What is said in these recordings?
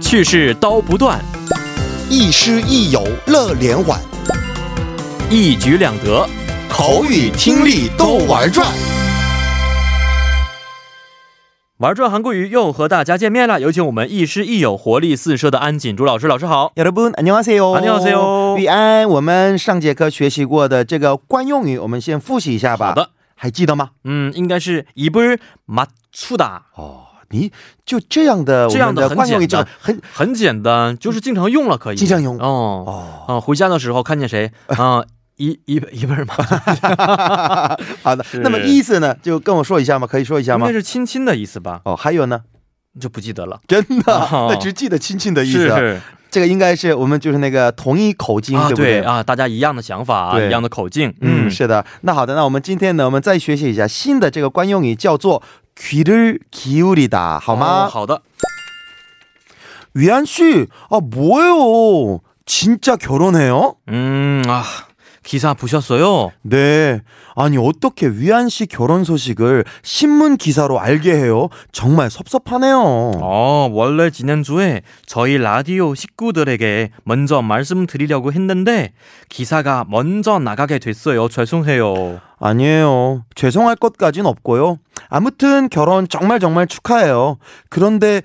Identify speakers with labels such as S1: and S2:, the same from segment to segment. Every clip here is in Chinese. S1: 去世刀不断，
S2: 亦师亦友乐连环，
S1: 一举两得。
S2: 口语听力都玩转。
S1: 玩转韩国语又和大家见面了，有请我们亦师亦友、活力四射的安锦珠老师。老师好。
S3: 여러분 안녕하세요.
S1: 안녕하세요.
S3: 玉安，我们上节课学习过的这个惯用语，我们先复习一下吧。
S1: 好的，
S3: 还记得吗？
S1: 嗯，应该是一本马出的，
S3: 哦，你就这样的
S1: 这样
S3: 我们
S1: 的
S3: 的惯用
S1: 很
S3: 语，就
S1: 简单
S3: 很
S1: 很简单，就是经常用了可以。
S3: 经常用
S1: 哦
S3: 哦。
S1: 啊，回家的时候看见谁啊，一一一本马，
S3: 好的，那么意思呢，就跟我说一下吗？可以说一下
S1: 应
S3: 吗
S1: 该？是亲亲的意思吧？
S3: 哦，还有呢，
S1: 就不记得了。
S3: 真的，
S1: 哦
S3: 那只记得亲亲的意
S1: 是
S3: 思啊。
S1: 是
S3: 这个应该是我们就是那个同一口径，
S1: 啊，
S3: 对不对？
S1: 啊，大家一样的想法，啊
S3: 对
S1: 一样的口径。
S3: 嗯， 음， 是的。那好的，那我们今天呢，我们再学习一下新的这个惯用语，叫做“귀를기울이다”，好吗？
S1: 哦好的。
S3: 위안 씨, 아 뭐예요? 진짜 결혼해요?
S1: 음, 아, 기사 보셨어요?
S3: 네. 아니 어떻게 위안 씨 결혼 소식을 신문 기사로 알게 해요? 정말 섭섭하네요.
S1: 어, 원래 지난주에 저희 라디오 식구들에게 먼저 말씀드리려고 했는데 기사가 먼저 나가게 됐어요. 죄송해요.
S3: 아니에요. 죄송할 것까진 없고요. 아무튼 결혼 정말 정말 축하해요. 그런데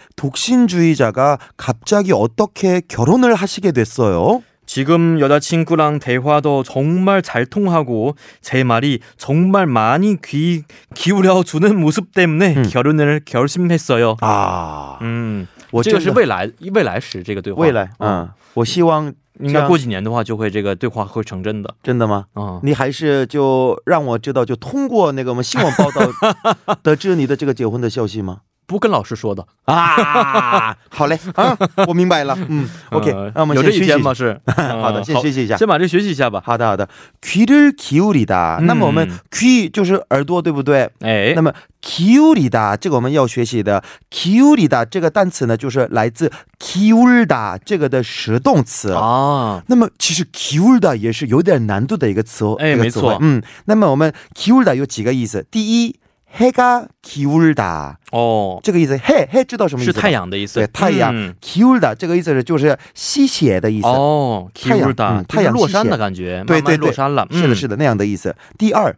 S3: 독신주의자가 갑자기 어떻게 결혼을 하시게 됐어요?
S1: 지금 여자친구랑 대화도 정말 잘 통하고 제 말이 정말 많이 귀 기울여 주는 모습 때문에
S3: 음.
S1: 결혼을 결심했어요.
S3: 아,
S1: 음,
S3: 我
S1: 这个
S3: 真
S1: 是
S3: 的
S1: 未来未来时这个对话，
S3: 未来，嗯，我希望
S1: 应
S3: 这
S1: 该
S3: 样
S1: 过几年的话就会这个对话会成真的
S3: 真的吗？
S1: 啊、
S3: 你还是就让我知道，就通过那个我们新闻报道得知你的这个结婚的消息吗？
S1: 不跟老师说的。
S3: 啊， 好嘞，啊，我明白了，嗯，OK，
S1: 呃
S3: 那我们
S1: 有
S3: 先
S1: 这
S3: 休
S1: 一
S3: 息
S1: 天
S3: 一
S1: 吗？
S3: 下。
S1: 是，
S3: 好的，
S1: 嗯
S3: 先休息一下。
S1: 先把这学习一下吧。
S3: 好的，好的。귀를기울이다，
S1: 嗯
S3: 那么我们귀就是耳朵，对不对？
S1: 哎
S3: 那，么기울이다这个我们要学习的，기울이다这个单词呢，就是来自기울다这个的实动词。
S1: 啊，
S3: 那么其实 “kiulda” 也是有点难度的一个词哦，
S1: 哎
S3: 这个
S1: 没
S3: 词汇
S1: 错
S3: 嗯，那么我们 “kiulda” 有几个意思？第一，“hega kiulda”
S1: 哦，
S3: 这个意思，“he he” 知道什么意
S1: 是
S3: 思吧？
S1: 太阳的意思，
S3: 对太阳、
S1: 嗯
S3: kiulda” 这个意思是就是吸血的意思，
S1: 哦，
S3: 太阳
S1: Kiru 的
S3: 嗯太阳
S1: 落
S3: 系
S1: 山的
S3: 线
S1: 感觉，
S3: 对
S1: 慢慢
S3: 对对
S1: 落山了，
S3: 是的，
S1: 嗯
S3: 是的那样的意思。第二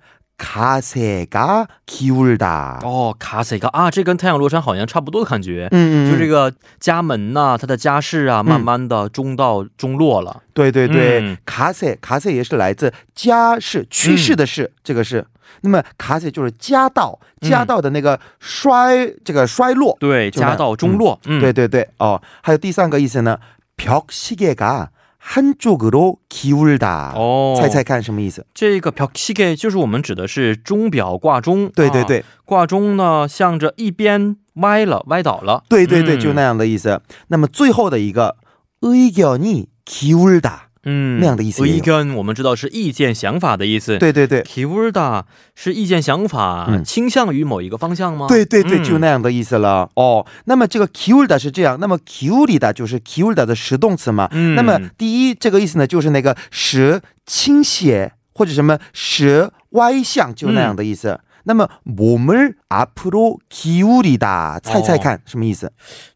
S3: ，“kasega kiulda”，、
S1: 哦，卡塞嘎啊，这跟太阳落山好像差不多的感觉。
S3: 嗯
S1: 就这
S3: 个，
S1: 个家门呐、它的家世啊，慢慢的中到中落了。
S3: 对对对
S1: 嗯
S3: ，“kase kase” 也是来自家是去世的世，这个是。那么 “kase” 就是家道，家
S1: 嗯
S3: 道的那个衰，这个衰落。
S1: 对，
S3: 就那
S1: 家道中落。嗯，
S3: 对，对对哦还有第三个意思呢벽시계가한쪽으로기울다
S1: 哦，
S3: 猜猜看什么意思
S1: 这个表西给就是我们指的是钟表挂钟。
S3: 对对
S1: 啊
S3: 对
S1: 挂钟呢向着一边歪了，歪倒了。
S3: 对对对
S1: 嗯
S3: 就那样的意思那么最后的一个의견이기울다
S1: 嗯
S3: 那样的意思也有
S1: 意见我们知道是意见、想法的意思。
S3: 对对对
S1: k i w r d a 是意见、想法、
S3: 嗯
S1: 倾向于某一个方向吗？
S3: 对对对，
S1: 嗯
S3: 就那样的意思了、哦。那么这个 kiul 的是这样，那么 kiul 里的就是 kiul 的实动词嘛。
S1: 嗯
S3: 那么第一这个意思呢，就是那个使倾斜或者什么使歪向，就那样
S1: 嗯
S3: 的意思。那么我们앞으로기울이다，猜
S1: 哦
S3: 猜看、什么意思？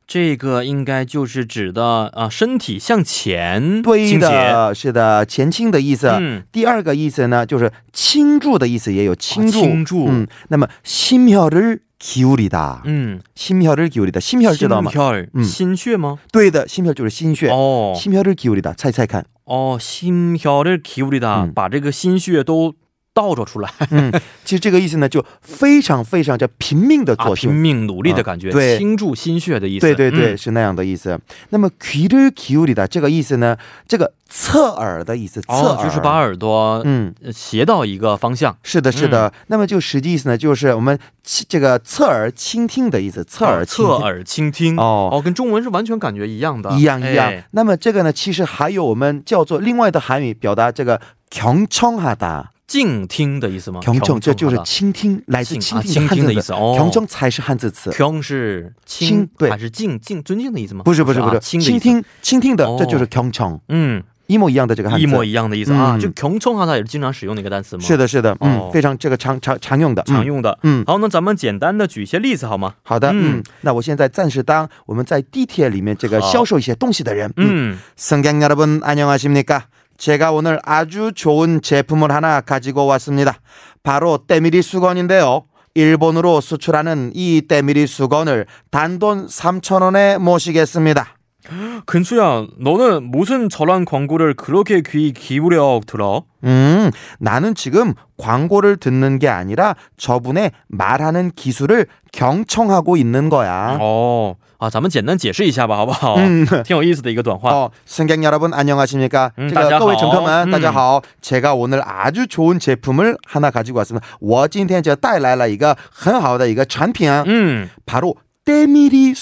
S1: 这个应该就是指的啊、身体向前
S3: 对
S1: 倾斜。
S3: 的，是的，前倾的意思。
S1: 嗯，
S3: 第二个意思呢，就是倾注的意思，也有倾注。
S1: 哦倾注
S3: 嗯，那么心혈을기울이다，
S1: 嗯，
S3: 心혈을기울이다，心혈知道吗？
S1: 心
S3: 嗯
S1: 心血吗？
S3: 对的，心혈就是心血。
S1: 哦
S3: 心혈을기울이다，猜猜看。
S1: 哦，心跳的 k i w r d a
S3: 嗯
S1: 把这个心血都倒着出来
S3: 嗯，其实这个意思呢，就非常非常叫拼命的
S1: 啊，
S3: 做事。
S1: 拼命努力的感觉，
S3: 啊对
S1: 倾注心血的意思。
S3: 对对对，
S1: 嗯
S3: 是那样的意思。那么귀를기울이다这个意思呢，这个侧耳的意思，侧
S1: 哦
S3: 耳、，
S1: 就是把耳朵
S3: 嗯，
S1: 呃斜到一个方向，
S3: 是的，是的。
S1: 嗯
S3: 那么就实际意思呢，就是我们倾这个侧耳倾听的意思，侧耳倾
S1: 哦侧
S3: 听。
S1: 耳倾听。
S3: 哦
S1: 哦，跟中文是完全感觉一样的，
S3: 一样一样、
S1: 哎
S3: 那么这个呢，其实还有我们叫做另外的韩语表达这个경청하다，
S1: 静听的意思吗？
S3: 경청这就是
S1: 哦好吧
S3: 倾听，来自
S1: 静
S3: 倾
S1: 啊
S3: 听
S1: 倾
S3: 汉
S1: 听的
S3: 字
S1: 意
S3: 词。
S1: 思哦。
S3: 경청才是汉字词。
S1: 听是
S3: 倾
S1: 倾
S3: 对
S1: 还是敬敬尊敬的意思吗？
S3: 不是不是不
S1: 啊
S3: 是，
S1: 倾
S3: 倾
S1: 的意思。
S3: 听倾听的
S1: 哦，
S3: 这就是 경청。
S1: 嗯，
S3: 一模一样的这个汉字，
S1: 一模一样的意思啊，
S3: 嗯
S1: 就穷冲哈达也是经常使用的一个单词吗？
S3: 是的，是的，嗯，
S1: 哦
S3: 非常这个常常常用的，
S1: 常
S3: 嗯。
S1: 用的。
S3: 嗯，
S1: 好，那咱们简单的举一些例子好吗？
S3: 好的，
S1: 嗯
S3: 嗯，那我现在暂时当我们在地铁里面这个
S1: 好
S3: 销售一些东西的人，嗯，
S1: 음,
S3: 승객 여러분 안녕하십니까? 제가 오늘 아주 좋은 제품을 하나 가지고 왔습니다. 바로 때밀이 수건인데요. 일본으로 수출하는 이 때밀이 수건을 단돈 3,000원에 모시겠습니다.
S1: 嗯 근수야, 너는 무슨 저런 광고를 그렇게 귀 기울여 들어?
S3: 음, 나는 지금 광고를 듣는 게 아니라 저분의 말하는 기술을 경청하고 있는
S1: 어, 아,
S3: 거야.
S1: 哦啊咱们简单解释一下吧，好不好？
S3: 啊嗯哦
S1: 挺有意思的一个短话。
S3: 어, 승객 여러분 안녕하십니까?
S1: 음,
S3: 제가
S1: 大家好。
S3: 各位乘客们
S1: 음.
S3: 大家好. 제가 오늘 아주 좋은 제품을 하나 가지고 왔습니다. 我今天就带来了一个很好的一个产品
S1: 음,
S3: 바로 때밀이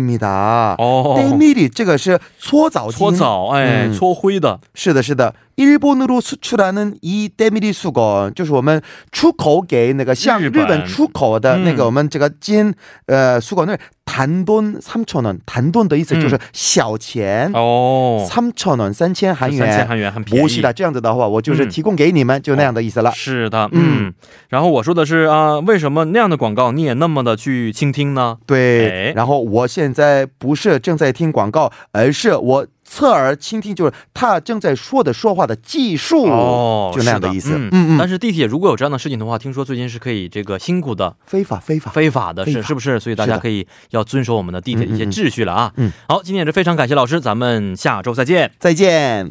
S3: 수건입니다.
S1: 어,
S3: 때밀이 这个是
S1: 哦搓
S3: 搓澡巾.
S1: 澡，哎，
S3: 嗯
S1: 搓灰的，
S3: 是的,是的. 일본으로 수출하는 이 때밀이 수건, 就是我们出口给那个向
S1: 日本。
S3: 日本
S1: 음.
S3: 出口的那个我们这个金呃 어, 수건을 단돈 3,000원. 단돈 的意
S1: 음.
S3: 思就是小钱
S1: 哦，
S3: 三千呢，三千韩
S1: 三千
S3: 元，
S1: 韩元很便
S3: 不
S1: 宜
S3: 是的，这样子的话，我就是
S1: 嗯
S3: 提供给你们，就那样的意思了。
S1: 是的，嗯，然后我说的是啊、为什么那样的广告你也那么的去倾听呢？哎
S3: 对，然后我现在不是正在听广告，而是我侧耳倾听，就是他正在说的说话的技术，
S1: 哦，
S3: 就那样的意思。
S1: 是嗯
S3: 嗯
S1: 但
S3: 嗯，
S1: 是地铁如果有这样的事情的话，听说最近是可以这个新股的、
S3: 非法非法，
S1: 非法的，
S3: 非
S1: 是
S3: 法
S1: 是不是？所以大家
S3: 是的
S1: 可以要遵守我们的地铁一些
S3: 嗯嗯嗯
S1: 秩序了啊。
S3: 嗯
S1: 好，今天也是非常感谢老师，咱们下周再见。
S3: 再见。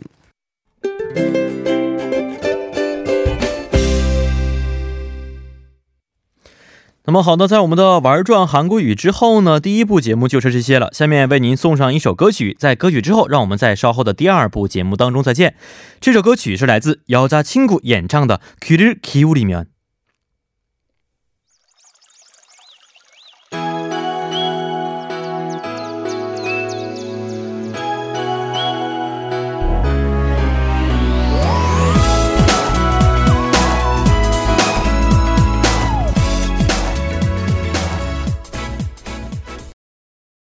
S1: 那么好的，在我们的玩转韩国语之后呢，第一部节目就是这些了。下面为您送上一首歌曲，在歌曲之后，让我们在稍后的第二部节目当中再见。这首歌曲是来自姚家亲谷演唱的《Kiri Kiu》里面。